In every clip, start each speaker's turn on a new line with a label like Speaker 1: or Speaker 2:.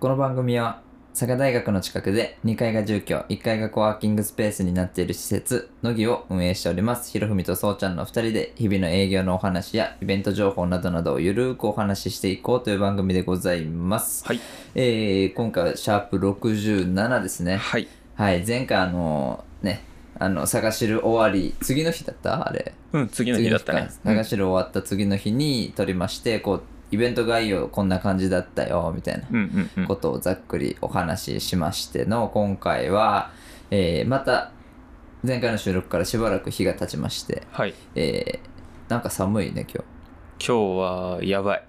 Speaker 1: この番組は佐賀大学の近くで2階が住居1階がコワーキングスペースになっている施設乃木を運営しておりますひろふみとそうちゃんの2人で日々の営業のお話やイベント情報などなどをゆるーくお話ししていこうという番組でございます、
Speaker 2: はい
Speaker 1: えー今回はシャープ67ですね
Speaker 2: はい
Speaker 1: はい前回あのねあの探しる終わり次の日だったあれ
Speaker 2: うん次の日だったね
Speaker 1: 次の日か流しる終わった次の日に撮りましてこうイベント概要こんな感じだったよみたいな
Speaker 2: うんうんうん
Speaker 1: ことをざっくりお話ししましての今回は、えーまた前回の収録からしばらく日が経ちまして、
Speaker 2: はい
Speaker 1: えーなんか寒いね今
Speaker 2: 今日はやばい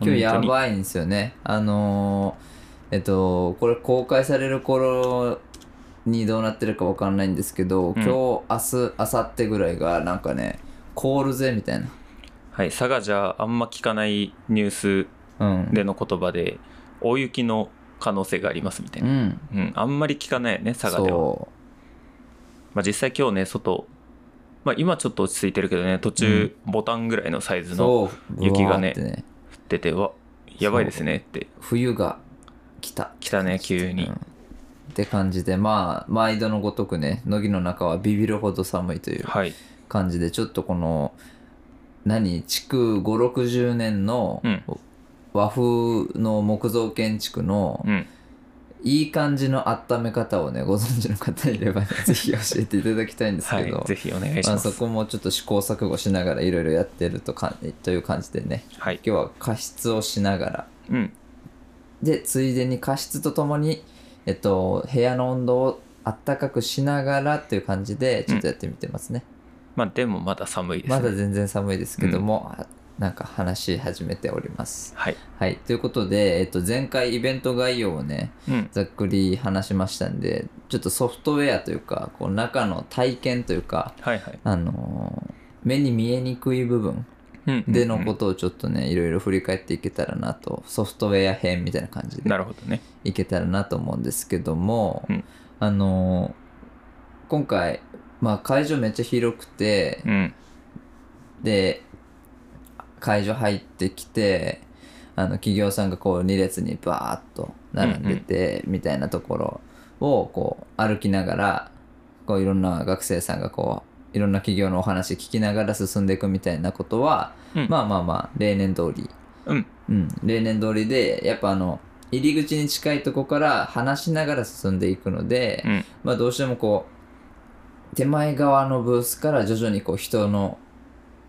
Speaker 1: 日今日や
Speaker 2: い
Speaker 1: ばいんですよねあのーえっとこれ公開される頃にどうなってるかわかんないんですけど、今日明日明後日ぐらいがなんかね凍るぜみたいな
Speaker 2: はい佐賀じゃあんま聞かないニュー
Speaker 1: うん
Speaker 2: スでの言葉で大雪の可能性がありますみたいうな、
Speaker 1: ん
Speaker 2: うん、あんまり聞かないよね佐賀では、
Speaker 1: そ
Speaker 2: まあ、実際今日ね外、まあ、今ちょっと落ち着いてるけどね途中ボタンぐらいのサイ
Speaker 1: う
Speaker 2: ズの
Speaker 1: そう
Speaker 2: 雪が
Speaker 1: ぶわー
Speaker 2: ね
Speaker 1: ってね
Speaker 2: 降ってて、わやばいですねって
Speaker 1: 冬が来た
Speaker 2: 来たね急に、
Speaker 1: うんって感じでまあ毎度のごとくね乃木の中はビビるほど寒いという
Speaker 2: はい
Speaker 1: 感じでちょっとこの何築560年の
Speaker 2: うん
Speaker 1: 和風の木造建築の
Speaker 2: うん
Speaker 1: いい感じの温め方をねご存知の方いれ ばねぜひ教えていただきたいんです
Speaker 2: は
Speaker 1: け
Speaker 2: い
Speaker 1: ど、
Speaker 2: ぜひお願いし
Speaker 1: まあ、
Speaker 2: ま
Speaker 1: そ
Speaker 2: す、
Speaker 1: こもちょっと試行錯誤しながらいろいろやってるとかという感じでね
Speaker 2: はい、
Speaker 1: 今日は加湿をしながら
Speaker 2: うん、
Speaker 1: でついでに加湿とともに、えっと、部屋の温度をあったかくしながらっていう感じでちょっとやってみてますね、
Speaker 2: まあでもまだ寒いです、ね、
Speaker 1: まだ全然寒いですけども、あなんか話し始めております
Speaker 2: はい、
Speaker 1: はいということで、えっと、前回イベント概要をね
Speaker 2: うん、
Speaker 1: ざっくり話しましたんでちょっとソフトウェアというかこう中の体験というか
Speaker 2: はいはい
Speaker 1: あのー目に見えにくい部分
Speaker 2: うん
Speaker 1: でのこ
Speaker 2: うん
Speaker 1: とをちょっとねいろいろ振り返っていけたらなとソフトウェア編みたいな感じ
Speaker 2: うん
Speaker 1: で
Speaker 2: なるほどね
Speaker 1: いけたらなと思うんですけども、
Speaker 2: うん
Speaker 1: あのー今回、まあ、会場めっちゃ広くて
Speaker 2: う、ん
Speaker 1: で会場入ってきてあの企業さんがこう2列にバーッと並んでてみたいなところをこう歩きながらこういろんな学生さんがこういろんな企業のお話聞きながら進んでいくみたいなことは、
Speaker 2: うん
Speaker 1: まあまあまあ例年通り
Speaker 2: うん
Speaker 1: うん、例年通りでやっぱあの入り口に近いとこから話しながら進んでいくので、
Speaker 2: うん
Speaker 1: まあどうしてもこう手前側のブースから徐々にこう人の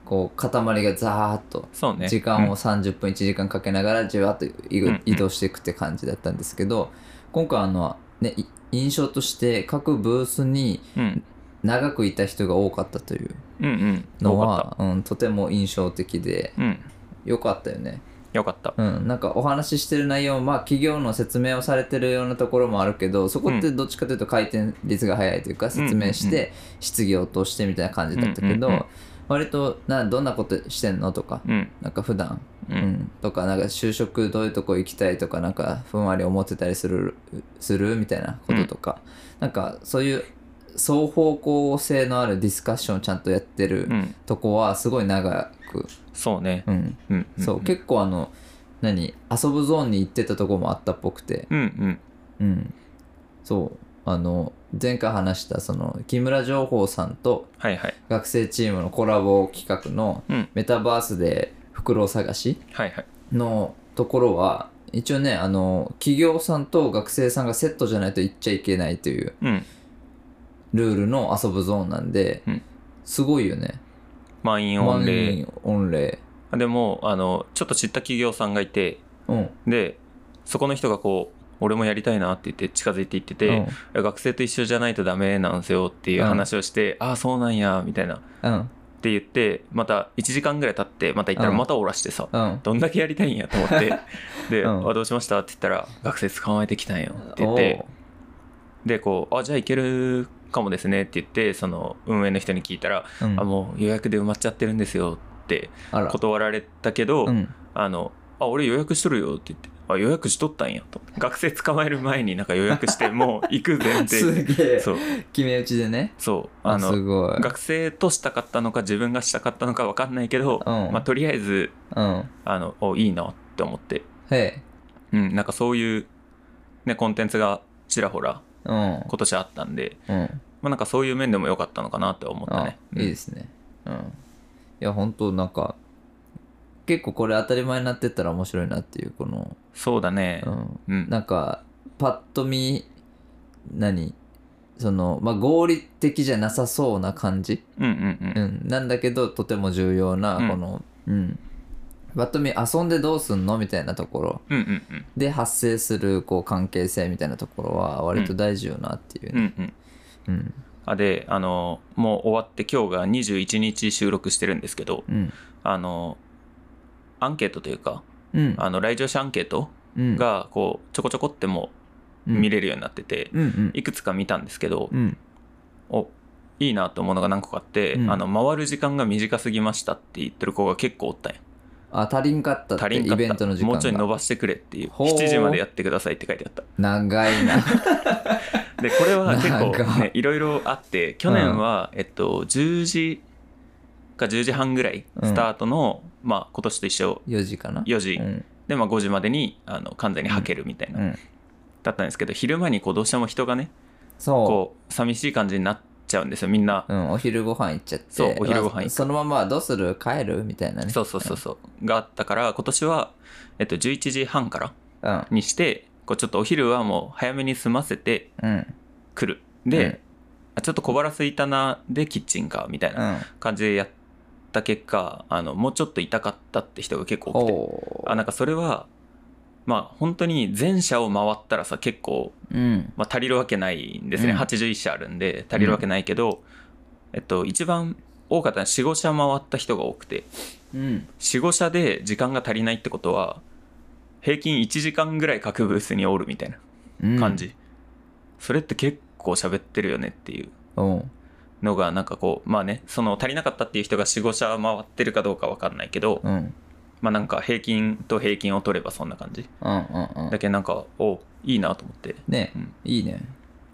Speaker 1: こう塊がザーッと
Speaker 2: そうね
Speaker 1: 時間を30分1時間かけながらじわっと移
Speaker 2: うんうん
Speaker 1: 移動していくって感じだったんですけど今回あの、ね、い印象として各ブースに
Speaker 2: うん
Speaker 1: 長くいた人が多かったという
Speaker 2: うんうん
Speaker 1: の
Speaker 2: よか
Speaker 1: は、うん、とても印象的で
Speaker 2: ったうん
Speaker 1: 良かったよね。
Speaker 2: よかった
Speaker 1: うん、なんかお話ししてる内容まあ企業の説明をされてるようなところもあるけどそこってどっちかというと回転率が早いというか説明し
Speaker 2: うんうん
Speaker 1: て質疑応答してみたいな感じだったけど、
Speaker 2: うんうんうん
Speaker 1: 割となどんなことしてんのとか
Speaker 2: うん
Speaker 1: なんか普段、
Speaker 2: う
Speaker 1: うんん、とかなんか就職どういうとこ行きたいとかなんかふんわり思ってたりするするみたいなこととか、なんかそういう双方向性のあるディスカッションをちゃんとやってる
Speaker 2: うん
Speaker 1: とこはすごい長く、
Speaker 2: そうね
Speaker 1: うん、
Speaker 2: うん
Speaker 1: そう、結構あの何遊ぶゾーンに行ってたとこもあったっぽくて
Speaker 2: うんうん
Speaker 1: うんそうあの前回話したその木村情報さんと
Speaker 2: はいはい
Speaker 1: 学生チームのコラボ企画の
Speaker 2: うん
Speaker 1: メタバースで袋探し
Speaker 2: はいはい
Speaker 1: のところは一応ねあの企業さんと学生さんがセットじゃないと行っちゃいけないという
Speaker 2: うん
Speaker 1: ルールの遊ぶゾーンなんで、
Speaker 2: うん
Speaker 1: すごいよね
Speaker 2: 満員御礼
Speaker 1: 満員御礼
Speaker 2: でもあのちょっと知った企業さんがいて
Speaker 1: うん
Speaker 2: でそこの人がこう俺もやりたいなって言って近づいていって
Speaker 1: うん
Speaker 2: て、学生と一緒じゃないとダメなんすよっていう話をして、ああそうなんやみたいなっ
Speaker 1: うん
Speaker 2: て言ってまた1時間ぐらい経ってまた行ったら
Speaker 1: うん
Speaker 2: またおらしてさ、
Speaker 1: うん
Speaker 2: どんだけやりたいんやと思って で、
Speaker 1: うん
Speaker 2: あどうしましたって言ったら学生捕まえてきたんよって言ってでこうあじゃあ行けるかもですねって言ってその運営の人に聞いたら、
Speaker 1: おううん
Speaker 2: あもう予約で埋まっちゃってるんですよって
Speaker 1: あら
Speaker 2: 断られたけど、
Speaker 1: うん
Speaker 2: あのあ俺予約しとるよって言ってあ予約しとったんやと学生捕まえる前になんか予約してもう行く前提
Speaker 1: すげえ
Speaker 2: そう
Speaker 1: 決め打ちでね
Speaker 2: そう
Speaker 1: あ
Speaker 2: あ
Speaker 1: す
Speaker 2: の
Speaker 1: ごい、
Speaker 2: 学生としたかったのか自分がしたかったのか分かんないけど、
Speaker 1: うん
Speaker 2: まあ、とりあえず
Speaker 1: うん、
Speaker 2: あのおいいなって思って
Speaker 1: へえ
Speaker 2: うん、なんかそういうね、コンテンツがちらほら
Speaker 1: うん
Speaker 2: 今年あったんで、
Speaker 1: うん
Speaker 2: まあ、なんかそういう面でも良かったのかなって思った
Speaker 1: あ
Speaker 2: ね。
Speaker 1: いいですねうんいや本当なんか結構これ当たり前になってったら面白いなっていうこの
Speaker 2: そうだね
Speaker 1: う。ん
Speaker 2: うん。
Speaker 1: なんかパッと見何そのまあ合理的じゃなさそうな感じ
Speaker 2: うんうんう。
Speaker 1: うんん、なんだけどとても重要な
Speaker 2: うん
Speaker 1: この、うんぱっと見遊んでどうすんのみたいなところ
Speaker 2: うんうんうん。
Speaker 1: で発生するこう関係性みたいなところは割と大事よなっていう
Speaker 2: う
Speaker 1: ね、
Speaker 2: んうん。
Speaker 1: うん
Speaker 2: あで、あの、もう終わって今日が21日収録してるんですけど、
Speaker 1: うん
Speaker 2: あの、アンケートというか、
Speaker 1: うん
Speaker 2: あの、来場者アンケート
Speaker 1: うん
Speaker 2: が、こう、ちょこちょこってもう見
Speaker 1: れ
Speaker 2: れるようになってて、
Speaker 1: うんうん
Speaker 2: いくつか見たんですけど、
Speaker 1: うん
Speaker 2: お、いいなと思うのが何個かあって、
Speaker 1: うん
Speaker 2: あの、回る時間が短すぎましたって言ってる子が結構おったんや。
Speaker 1: あ足りんかったって
Speaker 2: 足り
Speaker 1: イ
Speaker 2: んかった
Speaker 1: ベントの時
Speaker 2: もう
Speaker 1: 間
Speaker 2: ちょい伸
Speaker 1: が
Speaker 2: ばしてくれっていう
Speaker 1: ほう
Speaker 2: 7時までやってくださいって書いてあった
Speaker 1: 長いな
Speaker 2: でこれは結
Speaker 1: なん
Speaker 2: 構
Speaker 1: か
Speaker 2: ねいろいろあって去年は、えっと10時か10時半ぐらい
Speaker 1: うん
Speaker 2: スタートの、まあ今年と一緒
Speaker 1: 4時 かな
Speaker 2: 4時、
Speaker 1: うん
Speaker 2: で、まあ、5時までにあの完全にはけるみたいな、
Speaker 1: うん
Speaker 2: だったんですけど昼間にこうどうしても人がね
Speaker 1: そ
Speaker 2: こう寂しい感じになっちゃうんですよみんな、
Speaker 1: う、うん、お昼ご飯行っちゃって
Speaker 2: そうお昼ご飯行く
Speaker 1: まあそのままどうする帰るみたいなね
Speaker 2: そうそうそうそうがあったから今年は、えっと、11時半から
Speaker 1: うん
Speaker 2: にしてこうちょっとお昼はもう早めに済ませて
Speaker 1: うん
Speaker 2: 来るで、
Speaker 1: うん
Speaker 2: あちょっと小腹空いたなでキッチンかみたいうなん感じでやった結果あのもうちょっと痛かったって人が結構多くて
Speaker 1: ほう
Speaker 2: あなんかそれはまあ本当に全社を回ったらさ結構、
Speaker 1: うん
Speaker 2: まあ、足りるわけないんですね、
Speaker 1: うん
Speaker 2: 81社あるんで足りるわけないけど、えっと一番多かったのは45社回った人が多くて
Speaker 1: うん
Speaker 2: 45社で時間が足りないってことは平均1時間ぐらい各ブースにおるみたい
Speaker 1: うん
Speaker 2: な感じ、それって結構喋ってるよねっていう
Speaker 1: うん
Speaker 2: のがなんかこうまあねその足りなかったっていう人が45社回ってるかどうかわかんないけど、
Speaker 1: うん
Speaker 2: まあなんか平均と平均を取ればそんな感じ
Speaker 1: うんうんうん
Speaker 2: だけどなんかおいいなと思って
Speaker 1: ね、
Speaker 2: うん
Speaker 1: いいね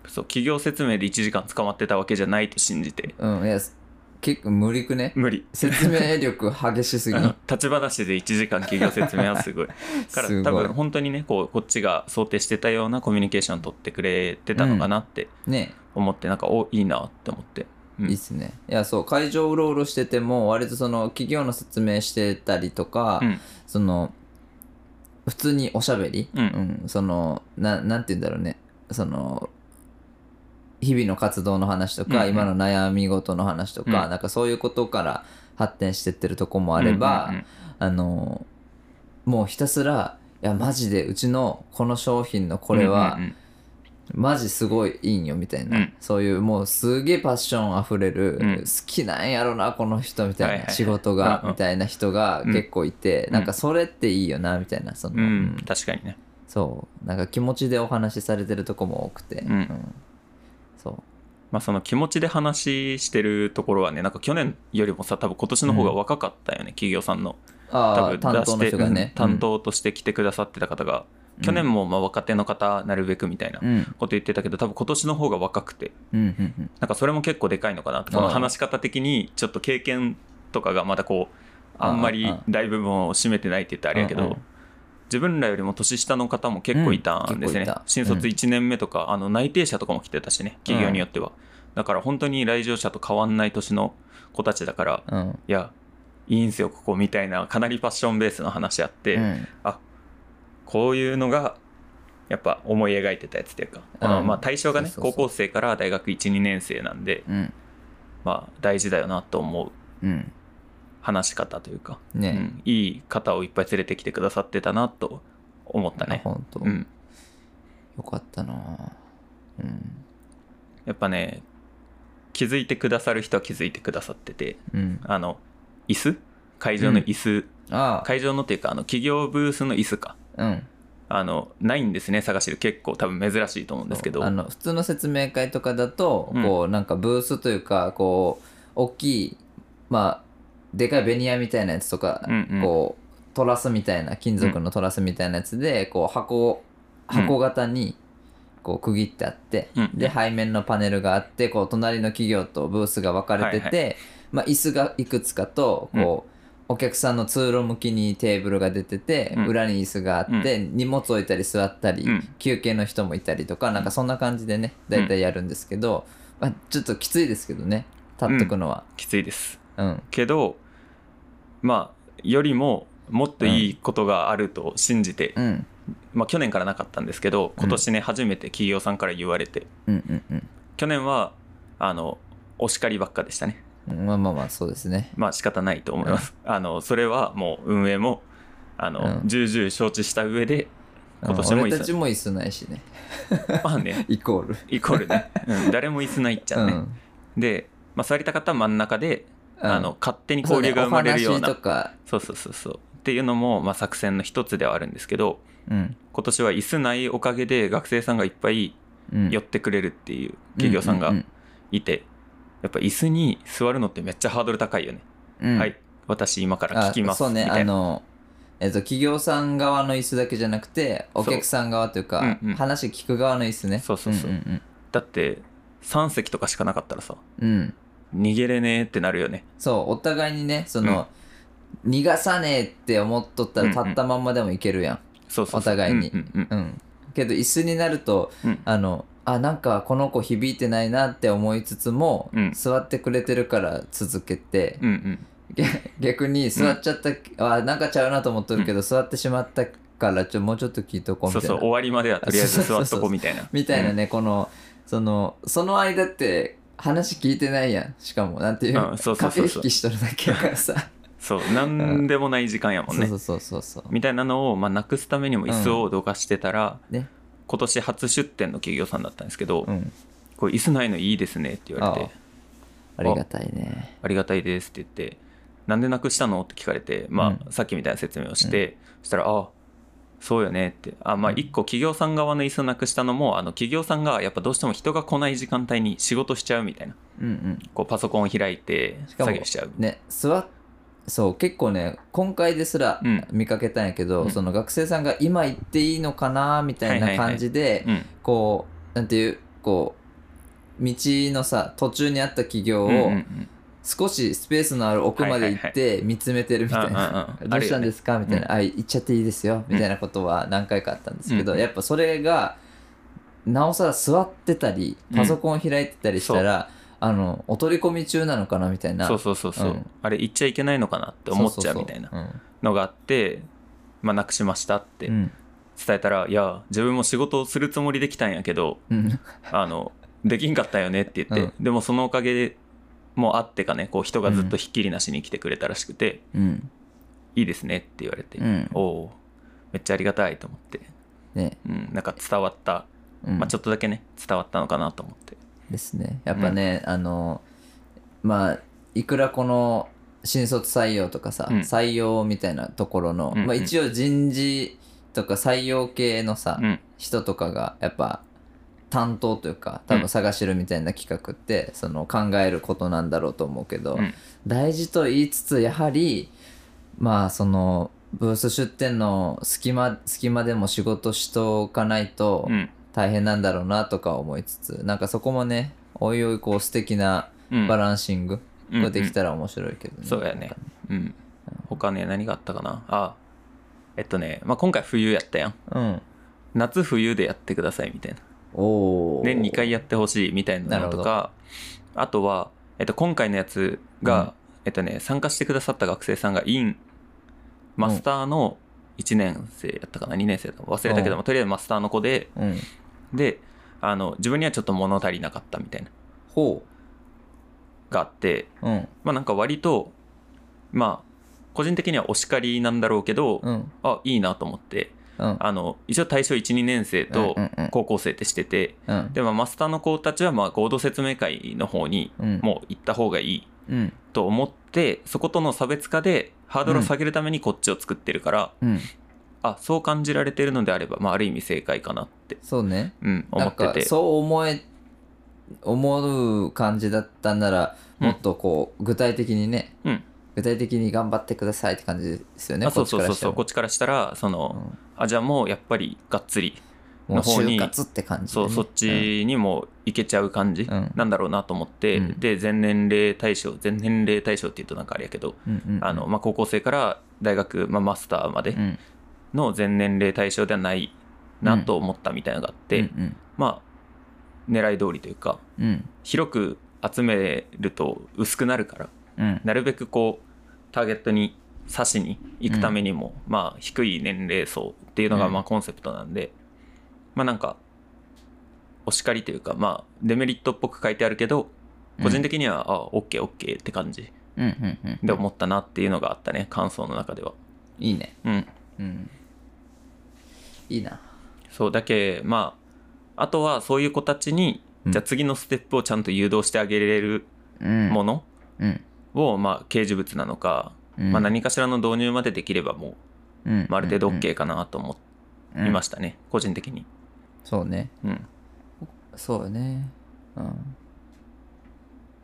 Speaker 2: そう企業説明で1時間捕まってたわけじゃないと信じて
Speaker 1: うんいやす結構無理くね
Speaker 2: 無理
Speaker 1: 説明力激しすぎ
Speaker 2: うん立ち話で1時間企業説明は すごいか
Speaker 1: すご
Speaker 2: ら
Speaker 1: い
Speaker 2: 多分本当にねこうこっちが想定してたようなコミュニケーション取ってくれてたのかなって
Speaker 1: ね
Speaker 2: 思って、なんかおいいなって思って、うん
Speaker 1: いいっすねいやそう会場うろうろしてても割とその企業の説明してたりとか、
Speaker 2: うん
Speaker 1: その普通におしゃべり、
Speaker 2: うん
Speaker 1: うんそのななんて言うんだろうねその日々の活動の話とか、
Speaker 2: うんうん
Speaker 1: 今の悩み事の話とか、
Speaker 2: うん
Speaker 1: なんかそういうことから発展してってるとこもあれば、
Speaker 2: うんうんうん
Speaker 1: あのもうひたすらいやマジでうちのこの商品のこれは
Speaker 2: うんうん
Speaker 1: マジすごいいいんよみたいな、
Speaker 2: うん
Speaker 1: そういうもうすげえパッションあふれる、
Speaker 2: うん
Speaker 1: 好きなんやろなこの人みたいな、
Speaker 2: はいはいはい
Speaker 1: 仕事
Speaker 2: う
Speaker 1: が
Speaker 2: んうん
Speaker 1: みたいな人が結構いて、
Speaker 2: うん
Speaker 1: なんかそれっていいよなみたいなその、
Speaker 2: う
Speaker 1: うん
Speaker 2: ん確かにね
Speaker 1: そうなんか気持ちでお話しされてるとこも多くて、
Speaker 2: うん
Speaker 1: そう
Speaker 2: まあ、その気持ちで話してるところはねなんか去年よりもさ多分今年の方が若かったよね、企業さんの多
Speaker 1: ああ
Speaker 2: 分
Speaker 1: 担当の人が
Speaker 2: 出してうん
Speaker 1: ね
Speaker 2: 担当として来てくださってた方が、去年もまあ若手の方なるべくみたいな
Speaker 1: う
Speaker 2: こ
Speaker 1: ん
Speaker 2: と言ってたけど多分今年の方が若くて
Speaker 1: うんうんうん
Speaker 2: なんかそれも結構でかいのかなとこの
Speaker 1: ああ
Speaker 2: 話し方的にちょっと経験とかがまだこうあんまり
Speaker 1: ああああ
Speaker 2: 大部分を占めてないって言ってあれやけ
Speaker 1: あああ
Speaker 2: ど
Speaker 1: あ
Speaker 2: 自分らよりも年下の方も結構いたんですね、
Speaker 1: うん結構いた
Speaker 2: 新卒1年目とか、あの内定者とかも来てたしね企業によっては、だから本当に来場者と変わんない年の子たちだから
Speaker 1: うんうん
Speaker 2: いやいいんすよここみたいなかなりパッションベースの話あって、
Speaker 1: うん
Speaker 2: こういうのがやっぱ思い描いてたやつというか、この
Speaker 1: うん
Speaker 2: まあ対象がね
Speaker 1: そうそうそう
Speaker 2: 高校生から大学12年生なんで
Speaker 1: うん
Speaker 2: まあ大事だよなと思う
Speaker 1: うん
Speaker 2: 話し方というか、
Speaker 1: ね、
Speaker 2: うんいい方をいっぱい連れてきてくださってたなと思ったね、
Speaker 1: 本当、
Speaker 2: うん、
Speaker 1: よかったなうん
Speaker 2: やっぱね気づいてくださる人は気づいてくださってて
Speaker 1: うん
Speaker 2: あの椅子会場の椅子、
Speaker 1: あ
Speaker 2: 会場のっていうかあの企業ブースの椅子か
Speaker 1: あうん
Speaker 2: あのないんですね探してる結構多分珍しいと思うんですけど
Speaker 1: あの普通の説明会とかだと、
Speaker 2: うん
Speaker 1: こうなんかブースというかこう大きいまあでかいベニヤみたいなやつとか、
Speaker 2: うんうん
Speaker 1: こうトラスみたいな金属のトラスみたいなやつで、こう箱箱型にこう区切ってあって、
Speaker 2: うんうん
Speaker 1: で背面のパネルがあってこう隣の企業とブースが分かれてて、まあ、椅子がいくつかとこう、お客さんの通路向きにテーブルが出てて、
Speaker 2: うん
Speaker 1: 裏に椅子があって、荷物置いたり座ったり、
Speaker 2: うん
Speaker 1: 休憩の人もいたりとかなんかそんな感じでね大体やるんですけど、まあ、ちょっときついですけどね立っとくのは、
Speaker 2: きついです
Speaker 1: うん
Speaker 2: けどまあよりももっといいことがあると信じて、
Speaker 1: うん、うん
Speaker 2: まあ、去年からなかったんですけど今年ね初めて企業さんから言われて
Speaker 1: うんうん
Speaker 2: 去年はあのお叱りばっかでしたね
Speaker 1: うんまあまあまあそうですね
Speaker 2: まあ仕方ないと思います、あのそれはもう運営もあの、
Speaker 1: うん
Speaker 2: 重々承知した 上で
Speaker 1: うん
Speaker 2: 今年も椅子
Speaker 1: 俺たちも椅子ないしね
Speaker 2: まあね
Speaker 1: イコール
Speaker 2: イコールね、うん誰も椅子ないっちゃうね、で、まあ、座りたかったら真ん中で、
Speaker 1: うん
Speaker 2: あの勝手に交流が生まれるような
Speaker 1: そうねお話とか、
Speaker 2: そうそうそうそうっていうのも、まあ、作戦の一つではあるんですけど
Speaker 1: うん
Speaker 2: 今年は椅子ないおかげで学生さんがいっぱい
Speaker 1: うん、
Speaker 2: 寄ってくれるっていう企業さんが
Speaker 1: うう
Speaker 2: いて、やっぱ椅子に座るのってめっちゃハードル高いよね、
Speaker 1: うんうん
Speaker 2: はい私今から聞きます
Speaker 1: あそうね
Speaker 2: みた
Speaker 1: あ
Speaker 2: いな
Speaker 1: のえっと企業さん側の椅子だけじゃなくてお客さん側というか
Speaker 2: そううんうん
Speaker 1: 話聞く側の椅子ね
Speaker 2: そうそうそうん
Speaker 1: ん
Speaker 2: だって3席とかしかなかったらさ
Speaker 1: うんうん
Speaker 2: 逃げれねえってなるよね
Speaker 1: そうお互いにねその、逃がさねえって思っとったら
Speaker 2: うんう
Speaker 1: 立
Speaker 2: ん
Speaker 1: ったまんまでもいけるやん
Speaker 2: そうそうそう
Speaker 1: お互いに
Speaker 2: うんうん
Speaker 1: うん、けど椅子になると
Speaker 2: うんうん
Speaker 1: あのあなんかこの子響いてないなって思いつつも、
Speaker 2: うん
Speaker 1: 座ってくれてるから続けて、
Speaker 2: うんうん
Speaker 1: げ逆に座っちゃった、あなんかちゃうなと思っとるけど、座ってしまったからちょもうちょっと聞いとこうみ
Speaker 2: そ
Speaker 1: た
Speaker 2: う
Speaker 1: いな
Speaker 2: そう終わりまではとりあえず座っ
Speaker 1: そ
Speaker 2: と
Speaker 1: うそうそ
Speaker 2: こ
Speaker 1: う
Speaker 2: みたいな
Speaker 1: みたいなね、このそのその間って話聞いてないやんしかもなんていう、
Speaker 2: うんそうそうそうそう
Speaker 1: 駆け引きしとるだけやからさ、
Speaker 2: うんそうなんでもない時間やもん
Speaker 1: そう
Speaker 2: ね
Speaker 1: そうそうそうそう
Speaker 2: みたいなのを、まあ、なくすためにも椅子をどかしてたら、
Speaker 1: ね
Speaker 2: 今年初出店の企業さんだったんですけど、
Speaker 1: うん
Speaker 2: これ椅子ないのいいですねって言われて
Speaker 1: ああありがたいね
Speaker 2: ありがたいですって言ってなんでなくしたのって聞かれて、まあ
Speaker 1: う
Speaker 2: さっきみたいな説明をして、そしたら「あそうよね」ってあまあ
Speaker 1: うん
Speaker 2: 一個企業さん側の椅子なくしたのもあの企業さんがやっぱどうしても人が来ない時間帯に仕事しちゃうみたいな
Speaker 1: うんうん
Speaker 2: こうパソコン開いて
Speaker 1: しかも
Speaker 2: 作業しちゃう、
Speaker 1: ね座っそう結構ね今回ですら
Speaker 2: うん
Speaker 1: 見かけたんやけど、
Speaker 2: うん
Speaker 1: その学生さんが今行っていいのかなみたい
Speaker 2: はいは
Speaker 1: ない
Speaker 2: はい
Speaker 1: 感じで、
Speaker 2: うん
Speaker 1: こうなんていうこう道のさ途中にあった企業を、
Speaker 2: うんうんうん
Speaker 1: 少しスペースのある奥まで行って見つめてるみたい
Speaker 2: うんうん
Speaker 1: な「
Speaker 2: うん
Speaker 1: どうしたんですか?」みたいな「あ行っちゃっていいですよ」
Speaker 2: うん
Speaker 1: みたいなことは何回かあったんですけ
Speaker 2: う
Speaker 1: ど
Speaker 2: んうん
Speaker 1: やっぱそれがなおさら座ってたり
Speaker 2: うん
Speaker 1: パソコン開いてたりしたらあのお取り込み中なのかなみたいな
Speaker 2: そうそうそうそう、
Speaker 1: うん
Speaker 2: あれ行っちゃいけないのかなって思っちゃうみたいなのがあって、まあ、なくしましたって
Speaker 1: うん
Speaker 2: 伝えたら「いや自分も仕事をするつもりできたんやけど
Speaker 1: うん
Speaker 2: あのできんかったよね」って言って、でもそのおかげもあってかねこう人がずっとひっきりなしに来てくれたらしくて
Speaker 1: うん
Speaker 2: 「いいですね」って言われて「
Speaker 1: うん
Speaker 2: おおめっちゃありがたい」と思って、
Speaker 1: ね
Speaker 2: うん、なんか伝わった、
Speaker 1: うん
Speaker 2: まあ、ちょっとだけね伝わったのかなと思って。
Speaker 1: ですねやっぱね、あのまあいくらこの新卒採用とかさ、
Speaker 2: うん
Speaker 1: 採用みたいなところの、
Speaker 2: うんうん
Speaker 1: まあ、一応人事とか採用系のさ、
Speaker 2: うん
Speaker 1: 人とかがやっぱ担当というか多
Speaker 2: うん
Speaker 1: 分探してるみたいな企画って、その考えることなんだろうと思うけど、
Speaker 2: うん
Speaker 1: 大事と言いつつやはりまあそのブース出店の隙間隙間でも仕事しとかないと、
Speaker 2: うん
Speaker 1: 大変なんだろうなとか思いつつなんかそこもねおいおいこう素敵な
Speaker 2: うん
Speaker 1: バランシング
Speaker 2: うん
Speaker 1: ができたら面白いけどね、
Speaker 2: そうやね。うん。他ね、何があったかなあ、えっとね、まあ、今回冬やったやん。
Speaker 1: うん
Speaker 2: 夏冬でやってくださいみたいな。
Speaker 1: おお
Speaker 2: 年2回やってほしいみたいなのとか、あとは、えっと、今回のやつが、
Speaker 1: うん
Speaker 2: えっとね、参加してくださった学生さんがイン、マスターの1年生やったかな、2年生だ忘れたけども、とりあえずマスターの子で、
Speaker 1: うん
Speaker 2: で、あの、自分にはちょっと物足りなかったみたいな、
Speaker 1: ほ
Speaker 2: があって、
Speaker 1: ううん
Speaker 2: まあなんか割と、まあ、個人的にはお叱りなんだろうけど、
Speaker 1: うん
Speaker 2: あいいなと思って
Speaker 1: うん
Speaker 2: あの一応対象12年生と
Speaker 1: うんうんうん
Speaker 2: 高校生ってしてて、
Speaker 1: うん
Speaker 2: でもマスターの子たちはまあ合同説明会の方に
Speaker 1: うん
Speaker 2: もう行った方がいい
Speaker 1: うん
Speaker 2: と思ってそことの差別化でハードルを下げるためにこっちを作ってるから、
Speaker 1: うん
Speaker 2: あそう感じられてるのであれば、まあ、ある意味正解かなって、
Speaker 1: そうね
Speaker 2: うん、
Speaker 1: な
Speaker 2: 思
Speaker 1: ん
Speaker 2: って
Speaker 1: か
Speaker 2: て
Speaker 1: そう思え思う感じだったんなら
Speaker 2: うん
Speaker 1: もっとこう具体的にね、
Speaker 2: うん
Speaker 1: 具体的に頑張ってくださいって感じですよね
Speaker 2: あそ
Speaker 1: こ
Speaker 2: う
Speaker 1: っち
Speaker 2: そう
Speaker 1: か
Speaker 2: そ
Speaker 1: ら
Speaker 2: う
Speaker 1: して
Speaker 2: そう
Speaker 1: も
Speaker 2: こっちからしたらその、あじゃあもうやっぱりがっつり
Speaker 1: うんもう
Speaker 2: の方に
Speaker 1: 就活って感じで
Speaker 2: そ
Speaker 1: ね、
Speaker 2: うそっちにも行けちゃう感じ
Speaker 1: うん
Speaker 2: なんだろうなと思って、
Speaker 1: うん
Speaker 2: で全年齢対象全年齢対象っていうとなんかあれやけど、
Speaker 1: うん、うんうん
Speaker 2: あのまあ、高校生から大学、まあ、マスターまで
Speaker 1: うん
Speaker 2: の全年齢対象ではないなと思ったみたいなのがあって、
Speaker 1: うん
Speaker 2: まあ狙い通りというか
Speaker 1: うんうん
Speaker 2: 広く集めると薄くなるから
Speaker 1: うん
Speaker 2: なるべくこうターゲットに刺しに行くためにも、まあ低い年齢層っていうのが
Speaker 1: うん
Speaker 2: まあコンセプトなんで、まあなんかお叱りというかまあデメリットっぽく書いてあるけど個人的には、あ OKOK って感じ
Speaker 1: うんうんうん
Speaker 2: で思ったなっていうのがあったね感想の中では
Speaker 1: いいね
Speaker 2: うん
Speaker 1: うんいいな
Speaker 2: そうだけまああとはそういう子たちに、
Speaker 1: うん
Speaker 2: じゃあ次のステップをちゃんと誘導してあげれる
Speaker 1: うん
Speaker 2: もの
Speaker 1: うん
Speaker 2: を、まあ掲示物なのか、
Speaker 1: うん
Speaker 2: まあ何かしらの導入までできればもう
Speaker 1: うん
Speaker 2: まあある程度
Speaker 1: うん
Speaker 2: OK かなと思
Speaker 1: うん
Speaker 2: いましたね、個人的に。
Speaker 1: そうね
Speaker 2: うん。
Speaker 1: そうよねうん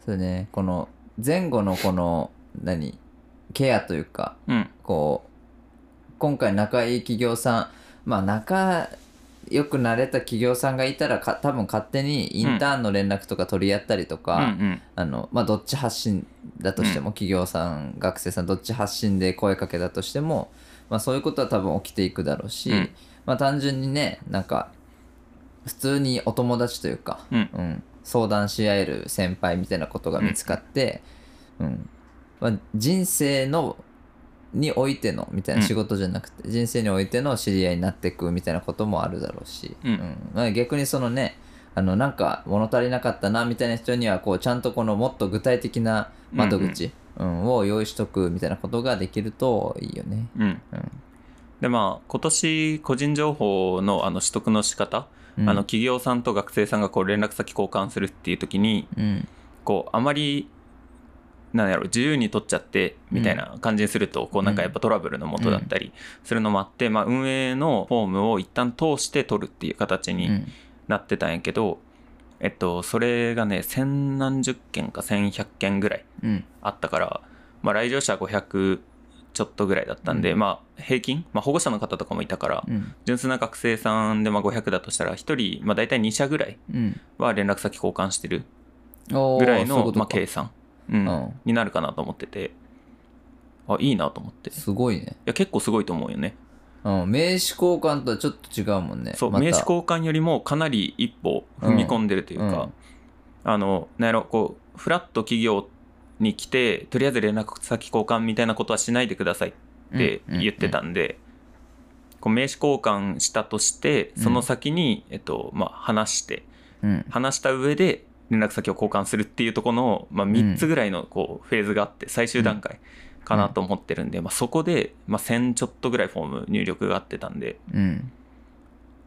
Speaker 1: そうねこの前後のこの何ケアというか
Speaker 2: うん。
Speaker 1: こう今回仲いい企業さんまあ仲良くなれた企業さんがいたらか多分勝手にインターンの連絡とか取り合ったりと
Speaker 2: うんう
Speaker 1: か、
Speaker 2: ん。
Speaker 1: あのまあ、どっち発信だとしても、企業さん学生さんどっち発信で声かけだとしても、まあ、そういうことは多分起きていくだろうし、
Speaker 2: うん
Speaker 1: まあ、単純にねなんか普通にお友達というか、
Speaker 2: うん
Speaker 1: 相談し合える先輩みたいなことが見つかって、うんまあ、人生のにおいてのみたいな
Speaker 2: うん
Speaker 1: 仕事じゃなくて、人生においての知り合いになっていくみたいなこともあるだろうし、
Speaker 2: うん
Speaker 1: まあ、逆にそのねあのなんか物足りなかったなみたいな人にはこうちゃんとこのもっと具体的な窓口、うんを用意しとくみたいなことができるといいよね。
Speaker 2: うん。
Speaker 1: うん
Speaker 2: でまあ今年個人情報のあの取得の仕方、あの企業さんと学生さんがこう連絡先交換するっていう時に
Speaker 1: うん
Speaker 2: こうあまりなんやろ自由に取っちゃってみたいな感じにすると、こうなんかやっぱトラブルのもとだったりするのもあって、まあ、運営のフォームを一旦通して取るっていう形
Speaker 1: う
Speaker 2: に
Speaker 1: ん
Speaker 2: なってたんやけど、えっとそれがね千何十件か千百件ぐらい
Speaker 1: うん
Speaker 2: あったから、まあ、来場者500ちょっとぐらいだったんで、
Speaker 1: うん
Speaker 2: まあ平均、まあ、保護者の方とかもいたから、
Speaker 1: うん
Speaker 2: 純粋な学生さんでまあ500だとしたら1人、まあ、大体2社ぐらい
Speaker 1: うん
Speaker 2: は連絡先交換してる
Speaker 1: おー
Speaker 2: ぐらい
Speaker 1: そうう
Speaker 2: の
Speaker 1: ことか
Speaker 2: まあ、計算、う
Speaker 1: う
Speaker 2: ん
Speaker 1: ん
Speaker 2: になるかなと思っててあいいなと思ってい
Speaker 1: すごいね、
Speaker 2: や結構すごいと思うよね
Speaker 1: うん、名刺交換とはちょっと違うもんね
Speaker 2: そう
Speaker 1: また
Speaker 2: 名刺交換よりもかなり一歩踏み込んでるというか、
Speaker 1: うんうん
Speaker 2: あのなんやろこうフラット企業に来てとりあえず連絡先交換みたいなことはしないでくださいって言ってたんで、こう名刺交換したとしてその先に、えっとまあ、話して
Speaker 1: うんうん
Speaker 2: 話した上で連絡先を交換するっていうところの、まあ、3つぐらいのこうフェーズがあって最終段階かなと思ってるんで、まあ、そこで、まあ、1000ちょっとぐらいフォーム入力があってたんで
Speaker 1: うん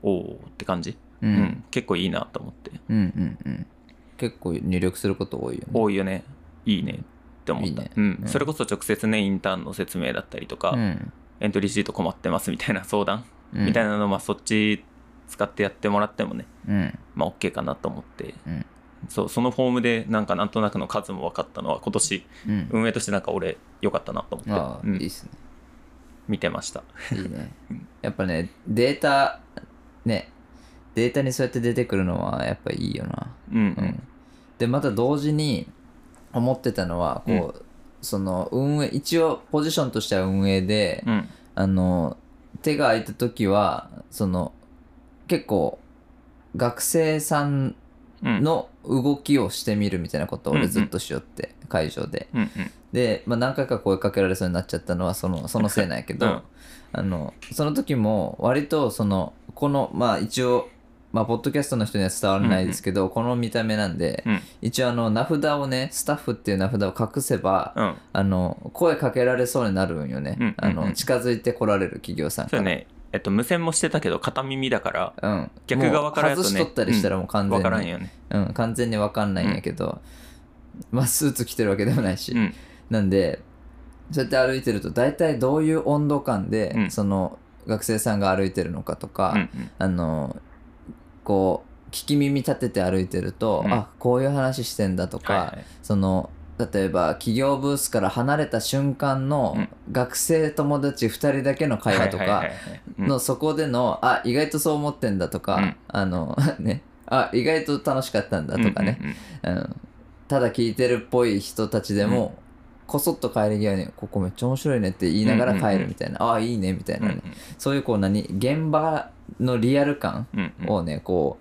Speaker 2: おおって感じ、
Speaker 1: う
Speaker 2: うんん、結構いいなと思って
Speaker 1: うんうんうん結構入力すること多いよね
Speaker 2: 多いよねいいねって思っ
Speaker 1: い
Speaker 2: た
Speaker 1: いね
Speaker 2: うん
Speaker 1: うん
Speaker 2: それこそ直接ねインターンの説明だったりとか、
Speaker 1: うん
Speaker 2: エントリーシート困ってますみたいな相談
Speaker 1: うん
Speaker 2: みたいなのまあそっち使ってやってもらってもね、
Speaker 1: うん
Speaker 2: まあ、OK かなと思って、
Speaker 1: うん
Speaker 2: そうそのフォームでなんかなんとなくの数も分かったのは今年
Speaker 1: うん
Speaker 2: 運営としてなんか俺良かったなと思って、
Speaker 1: ああ、
Speaker 2: うん
Speaker 1: いいっすね
Speaker 2: 見てました
Speaker 1: いいねやっぱねデータねデータにそうやって出てくるのはやっぱいいよな
Speaker 2: うん
Speaker 1: うん、でまた同時に思ってたのはこう、その運営一応ポジションとしては運営で、
Speaker 2: うんうん
Speaker 1: あの手が空いた時はその結構学生さん
Speaker 2: うん
Speaker 1: の動きをしてみるみたいなことを
Speaker 2: うんう
Speaker 1: 俺
Speaker 2: ん
Speaker 1: ずっとしよって、会場で
Speaker 2: うん
Speaker 1: で、まあ、何回か声かけられそうになっちゃったのはそのそのせいなんやけど、
Speaker 2: うん
Speaker 1: あのその時も割とそのこのまあ一応まあ、ポッドキャストの人には伝わらないですけど、この見た目なんで、
Speaker 2: うん
Speaker 1: 一応あの名札をねスタッフっていう名札を隠せば、
Speaker 2: うん
Speaker 1: あの声かけられそうになるんよね、
Speaker 2: うんうんうん
Speaker 1: あの近づいてこられる企業さん
Speaker 2: そ
Speaker 1: か
Speaker 2: う
Speaker 1: ら
Speaker 2: ねえっと無線もしてたけど片耳だから
Speaker 1: うん、
Speaker 2: 逆側からや
Speaker 1: も
Speaker 2: と
Speaker 1: う
Speaker 2: ね
Speaker 1: 外しとったりしたらもう完全
Speaker 2: 分
Speaker 1: に、
Speaker 2: からんよね
Speaker 1: うん、完全に分かんないんやけど、まあスーツ着てるわけでもないし、
Speaker 2: うん
Speaker 1: なんでそうやって歩いてると大体どういう温度感で、
Speaker 2: うん
Speaker 1: その学生さんが歩いてるのかとか、
Speaker 2: うんうん
Speaker 1: あのこう聞き耳立てて歩いてると、
Speaker 2: うん
Speaker 1: あこういう話してんだとか、
Speaker 2: はいはい
Speaker 1: その例えば企業ブースから離れた瞬間の
Speaker 2: うん
Speaker 1: 学生友達2人だけの会話と
Speaker 2: はいはい
Speaker 1: か
Speaker 2: はいはいうん
Speaker 1: のそこでの「あ意外とそう思ってんだ」とか「
Speaker 2: うん
Speaker 1: あの ねあ意外と楽しかったんだ」とかね、
Speaker 2: うんうんうん
Speaker 1: うんただ聞いてるっぽい人たちでも、こそっと帰り際に「ここめっちゃ面白いね」って言いながら帰るみたいな「ああいいね」みたいなね、そういうこう何現場のリアル感
Speaker 2: うんうんうん
Speaker 1: をねこ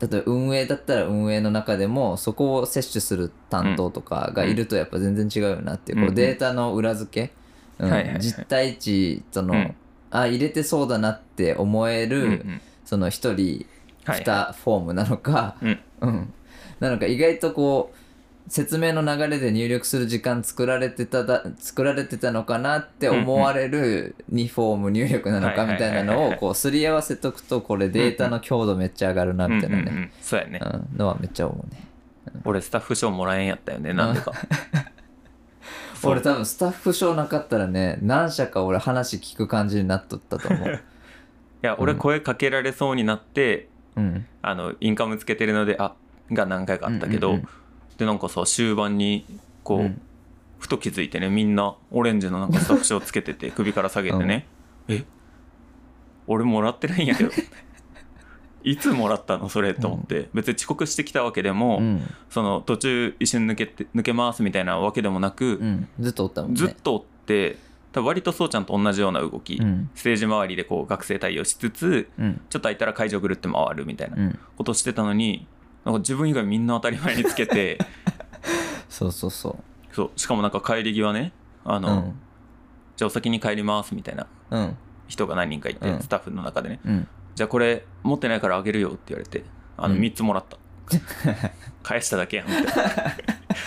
Speaker 1: う例えば運営だったら運営の中でもそこを摂取する担当とかがいるとやっぱ全然違うよなっていう,、
Speaker 2: うん
Speaker 1: こうデータの裏付け、うん
Speaker 2: はいはいはい
Speaker 1: 実態値との、
Speaker 2: うん
Speaker 1: あ入れてそうだなって思える、
Speaker 2: うんうん
Speaker 1: その一人
Speaker 2: はい
Speaker 1: 2フォームなのか、
Speaker 2: うん
Speaker 1: うんなのか意外とこう説明の流れで入力する時間作られてただ作られてたのかなって思われる2フォーム入力なのか
Speaker 2: はいはいはい
Speaker 1: みたいなのをこうすり合わせとくとこれデータの強度めっちゃ上がるなみたいな
Speaker 2: うんうん
Speaker 1: ね、
Speaker 2: うんそうやね
Speaker 1: うん、のはめっちゃ思うね
Speaker 2: 俺スタッフ賞もらえんやったよねなんでかそう
Speaker 1: 俺多分スタッフ賞なかったらね何社か俺話聞く感じになっとったと思 う
Speaker 2: いや俺声かけられそうになって
Speaker 1: うん
Speaker 2: あのインカムつけてるのであが何回かあったけど、
Speaker 1: うんうん
Speaker 2: でなんかさ終盤にこう、
Speaker 1: うん
Speaker 2: ふと気づいてねみんなオレンジのなんかスタッフ賞つけてて首から下げてね、え俺もらってないんやけどいつもらったのそれと思って、別に遅刻してきたわけでも、
Speaker 1: うん
Speaker 2: その途中一瞬抜けて抜けますみたいなわけでもな
Speaker 1: う
Speaker 2: く、
Speaker 1: んずっとおったもんね
Speaker 2: ずっと追って多分割とそうちゃんと同じような動き、
Speaker 1: うん
Speaker 2: ステージ周りでこう学生対応しつつ
Speaker 1: うん
Speaker 2: ちょっと空いたら会場ぐるって回るみたいな
Speaker 1: うん
Speaker 2: ことしてたのになんか自分以外みんな当たり前につけて
Speaker 1: そうそうそう
Speaker 2: そうしかもなんか帰り際ねあの、じゃあお先に帰りますみたいな
Speaker 1: うんうん
Speaker 2: 人が何人かいて、
Speaker 1: うん
Speaker 2: スタッフの中でね
Speaker 1: うん
Speaker 2: じゃあこれ持ってないからあげるよって言われてあの
Speaker 1: うん
Speaker 2: 3つもらった、 返しただけやんみたいな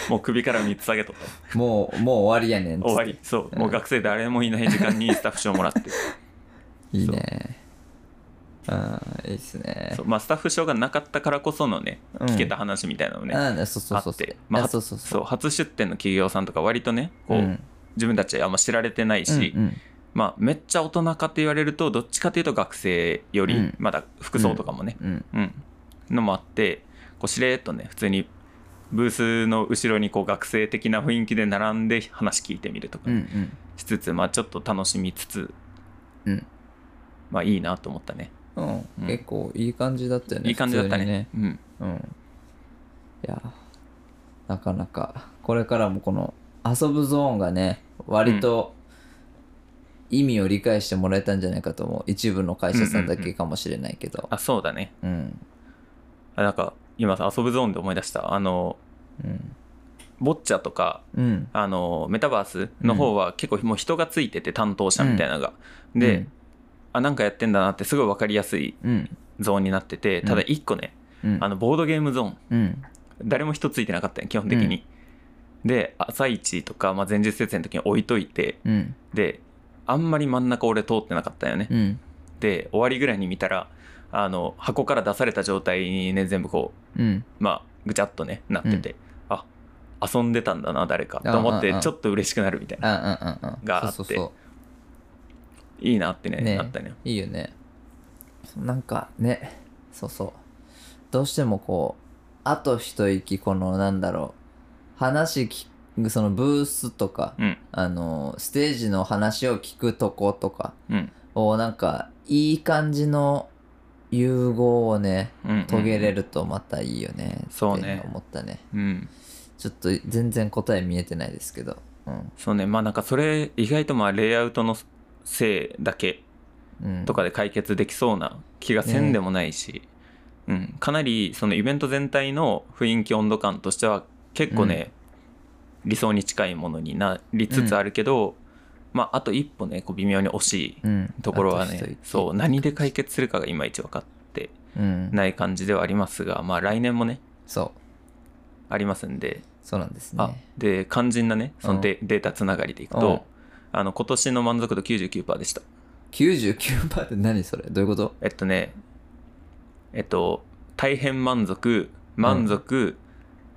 Speaker 2: もう首から3つ下げとった
Speaker 1: もう、もう終わりやねんっつって。
Speaker 2: 終わりそうもう学生誰もいない時間にスタッフ賞もらって
Speaker 1: いいね。ああ、いいっすね
Speaker 2: そ。う、まあ、スタッフ賞がなかったからこそのね
Speaker 1: うん
Speaker 2: 聞けた話みたいなのね、
Speaker 1: ああ、そうそうそう
Speaker 2: あっ
Speaker 1: そう
Speaker 2: て。まあ
Speaker 1: あそうそう
Speaker 2: そ
Speaker 1: そ
Speaker 2: う
Speaker 1: う。
Speaker 2: 初出店の企業さんとか割とねこう、
Speaker 1: うん
Speaker 2: 自分たちあんま知られてないし、
Speaker 1: うんうん
Speaker 2: まあ、めっちゃ大人かって言われるとどっちかというと学生より、
Speaker 1: うん
Speaker 2: まだ服装とかもね、
Speaker 1: うん
Speaker 2: うんのもあってこうしれーっとね普通にブースの後ろにこう学生的な雰囲気で並んで話聞いてみるとか
Speaker 1: うんうん
Speaker 2: しつつ、まあ、ちょっと楽しみつつ、
Speaker 1: うん
Speaker 2: まあいいなと思ったね
Speaker 1: うん
Speaker 2: うん
Speaker 1: 結構いい感じだったよね。
Speaker 2: いい感じだったね
Speaker 1: 普通
Speaker 2: うん、
Speaker 1: にね。うん。いやー、なかなか、これからもこの遊ぶゾーンがね、割と意味を理解してもらえたんじゃないかと思う。一部の会社さんだけかもしれないけど。
Speaker 2: あそうだね
Speaker 1: うん。
Speaker 2: あなんか今さ遊ぶゾーンで思い出したあの
Speaker 1: うん。
Speaker 2: ボッチャとか
Speaker 1: うん。
Speaker 2: あのメタバースの方は結構もう人がついてて担当者みたいなのが、で、あなんかやってんだなってすごい分かりやすい
Speaker 1: うん、うん。
Speaker 2: ゾーンになっててただ1個ね、
Speaker 1: うん。
Speaker 2: あのボードゲームゾーン
Speaker 1: うん。
Speaker 2: 誰も人ついてなかったんよ基本的に、で朝一とか、まあ、前日節の時に置いといて
Speaker 1: うん。
Speaker 2: であんまり真ん中俺通ってなかったんよね、
Speaker 1: うん。
Speaker 2: で終わりぐらいに見たらあの箱から出された状態にね全部こ
Speaker 1: うん。
Speaker 2: うまあぐちゃっとねなってて、あ遊んでたんだな誰かと思っ
Speaker 1: ああ
Speaker 2: て
Speaker 1: あ
Speaker 2: ちょっと嬉しくなるみたいな
Speaker 1: あうんうんうんうん。
Speaker 2: があって
Speaker 1: そうそうそう
Speaker 2: いいなってね
Speaker 1: ね
Speaker 2: なったね
Speaker 1: いいよね。なんかね、そうそう。どうしてもこう、あと一息、このなんだろう、話聞く、そのブースとか、
Speaker 2: うん
Speaker 1: あの、ステージの話を聞くとことか
Speaker 2: うん
Speaker 1: を、なんか、いい感じの融合をね、
Speaker 2: うん
Speaker 1: 遂げれるとまたいいよね。
Speaker 2: そうね
Speaker 1: って思ったね。
Speaker 2: うん
Speaker 1: ちょっと全然答え見えてないですけど。うん。
Speaker 2: そうねまあなんかそれ意外とまあレイアウトのせいだけ
Speaker 1: うん、
Speaker 2: とかで解決できそうな気がせんでもないし、うん、かなりそのイベント全体の雰囲気温度感としては結構ね、理想に近いものになりつつあるけど、まああと一歩ねこう微妙に惜し
Speaker 1: うん、
Speaker 2: いところは
Speaker 1: あと一
Speaker 2: ね
Speaker 1: 息
Speaker 2: そう何で解決するかがいまいち分かって
Speaker 1: うん、
Speaker 2: ない感じではありますがまあ来年もね
Speaker 1: そう。
Speaker 2: ありますんで、
Speaker 1: そうなんです
Speaker 2: あ
Speaker 1: ね。
Speaker 2: で肝心なねそのデ,、データつながりでいくと、あの今年の満足度99%でした
Speaker 1: 99%って何それどういうこと
Speaker 2: えっとね、えっと、大変満足、満足、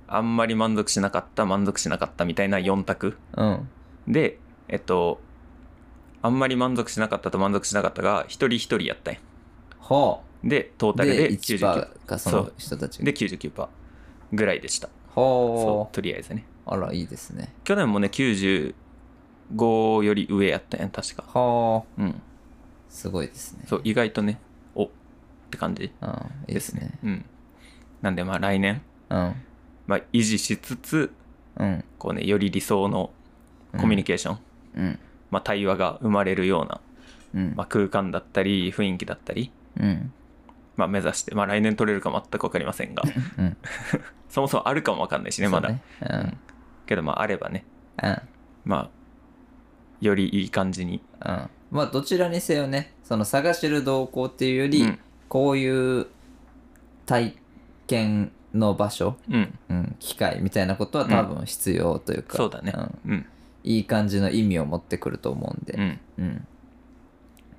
Speaker 2: あんまり満足しなかった、満足しなかったみたいな4択。
Speaker 1: うん。
Speaker 2: で、えっと、あんまり満足しなかったと満足しなかったが、一人一人やったんや
Speaker 1: ほ
Speaker 2: で、トー
Speaker 1: う。
Speaker 2: タル
Speaker 1: で、
Speaker 2: で99%。
Speaker 1: 1%がその人たちが。
Speaker 2: で、99%ぐらいでした。
Speaker 1: ほ
Speaker 2: そう
Speaker 1: う。
Speaker 2: とりあえずね。
Speaker 1: あらいいですね
Speaker 2: 去年もね95より上やったんや確か
Speaker 1: はあ
Speaker 2: うん
Speaker 1: すごいですね
Speaker 2: そう意外とねおって感じ
Speaker 1: うんいい
Speaker 2: で
Speaker 1: ですす
Speaker 2: ね
Speaker 1: ね
Speaker 2: うんなんでまあ来年、
Speaker 1: うん
Speaker 2: まあ、維持しつつ
Speaker 1: うん
Speaker 2: こうねより理想のコミュニケーション、
Speaker 1: うん
Speaker 2: まあ、対話が生まれるような、
Speaker 1: うん
Speaker 2: まあ、空間だったり雰囲気だったり、
Speaker 1: うん
Speaker 2: まあ、目指して、まあ、来年取れるか全く分かりません が
Speaker 1: うん
Speaker 2: そもそもあるかも分かんないしねまだ
Speaker 1: そうね
Speaker 2: けどまああればね
Speaker 1: うんうん
Speaker 2: まあよりいい感じに
Speaker 1: うん、まあどちらにせよねその探してる動向っていうより、
Speaker 2: うん
Speaker 1: こういう体験の場所、
Speaker 2: うん
Speaker 1: うん、機会みたいなことは多分必要というか、
Speaker 2: そうだね
Speaker 1: ん
Speaker 2: うん
Speaker 1: いい感じの意味を持ってくると思うんで、
Speaker 2: うん
Speaker 1: うん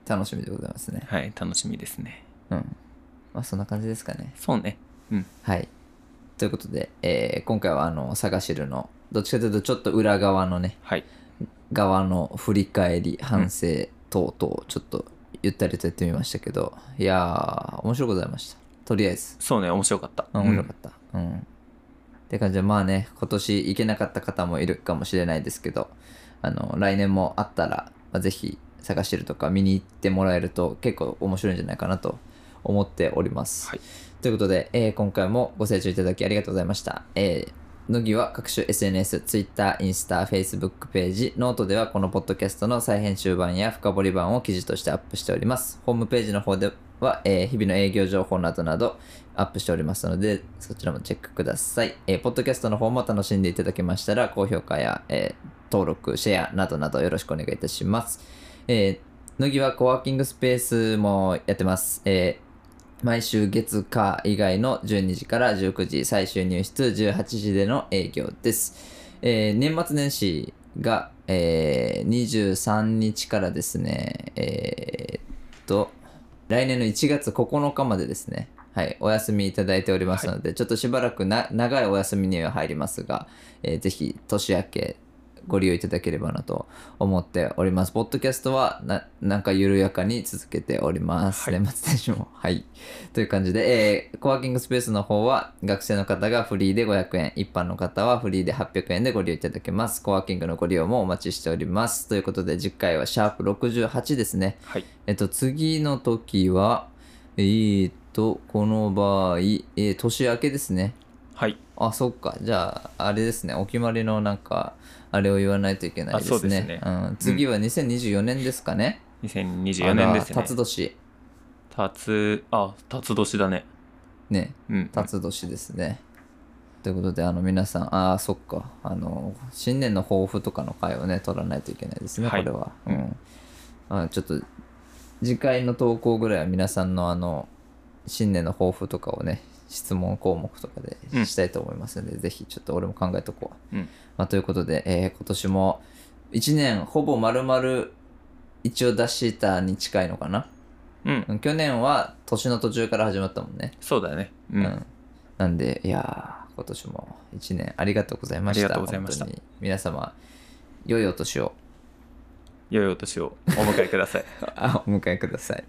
Speaker 1: 楽しみでございますね、
Speaker 2: はい楽しみですね
Speaker 1: うんまあ、そんな感じですかね
Speaker 2: そうねうん
Speaker 1: はいということで、えー今回はあの探してるのどっちかというとちょっと裏側のね
Speaker 2: はい
Speaker 1: 側の振り返り反省等々ちょっとゆったりとやってみましたけど、いやー面白くございましたとりあえず
Speaker 2: そうね面白かった
Speaker 1: うん面白かったうん、って感じでまあね今年行けなかった方もいるかもしれないですけどあの来年もあったらまあぜひ探してるとか見に行ってもらえると結構面白いんじゃないかなと思っております、
Speaker 2: はい
Speaker 1: ということで、えー今回もご清聴いただきありがとうございました、えー乃木は各種 SNS、Twitter、インスタ、Facebook ページ、ノートではこのポッドキャストの再編集版や深掘り版を記事としてアップしております。ホームページの方では、えー日々の営業情報などなどアップしておりますので、そちらもチェックください。えーポッドキャストの方も楽しんでいただけましたら、高評価や、えー登録、シェアなどなどよろしくお願いいたします。えー、乃木はコワーキングスペースもやってます。えー毎週月火以外の12時から19時、最終入室18時での営業です。えー年末年始が、えー23日からですね、えーっと、来年の1月9日までですね、はい、お休みいただいておりますので、ちょっとしばらくな長いお休みには入りますが、えーぜひ年明けご利用いただければなと思っております。ポッドキャストはななんか緩やかに続けております。
Speaker 2: はい
Speaker 1: 年末年始も。はい。という感じで、えーコワーキングスペースの方は学生の方がフリーで500円、一般の方はフリーで800円でご利用いただけます。コワーキングのご利用もお待ちしております。ということで、次回はシャープ68ですね。
Speaker 2: はい
Speaker 1: えっと、次の時は、えーっと、この場合、えー年明けですね。
Speaker 2: はい
Speaker 1: あ、そっか。じゃあ、あれですね。お決まりのなんか、あれを言わないといけないですね。
Speaker 2: あそうですね
Speaker 1: ん、次は2024年ですかね。
Speaker 2: 2024年です
Speaker 1: あら
Speaker 2: ね
Speaker 1: 辰年。
Speaker 2: たつあたつ年だね
Speaker 1: ね。
Speaker 2: うん
Speaker 1: 辰年ですね。ということで、あの、皆さん、ああ、そっか。あの、新年の抱負とかの回をね、取らないといけないですね、
Speaker 2: はい
Speaker 1: これは。うん。あちょっと、次回の投稿ぐらいは皆さんのあの、新年の抱負とかをね、質問項目とか
Speaker 2: うん
Speaker 1: でしたいと思いますので、ぜひちょっと俺も考えとこう。
Speaker 2: うん
Speaker 1: まあ、ということで、えー今年も1年ほぼ丸々一応出したに近いのかな。
Speaker 2: うん
Speaker 1: うん去年は年の途中から始まったもんね。
Speaker 2: そうだねう
Speaker 1: うんん、なんで、いやー今年も1年ありがとうございました。
Speaker 2: ありがとうございました
Speaker 1: 本当に皆様、良いお年を
Speaker 2: 良いお年をお迎えください
Speaker 1: あお迎えください。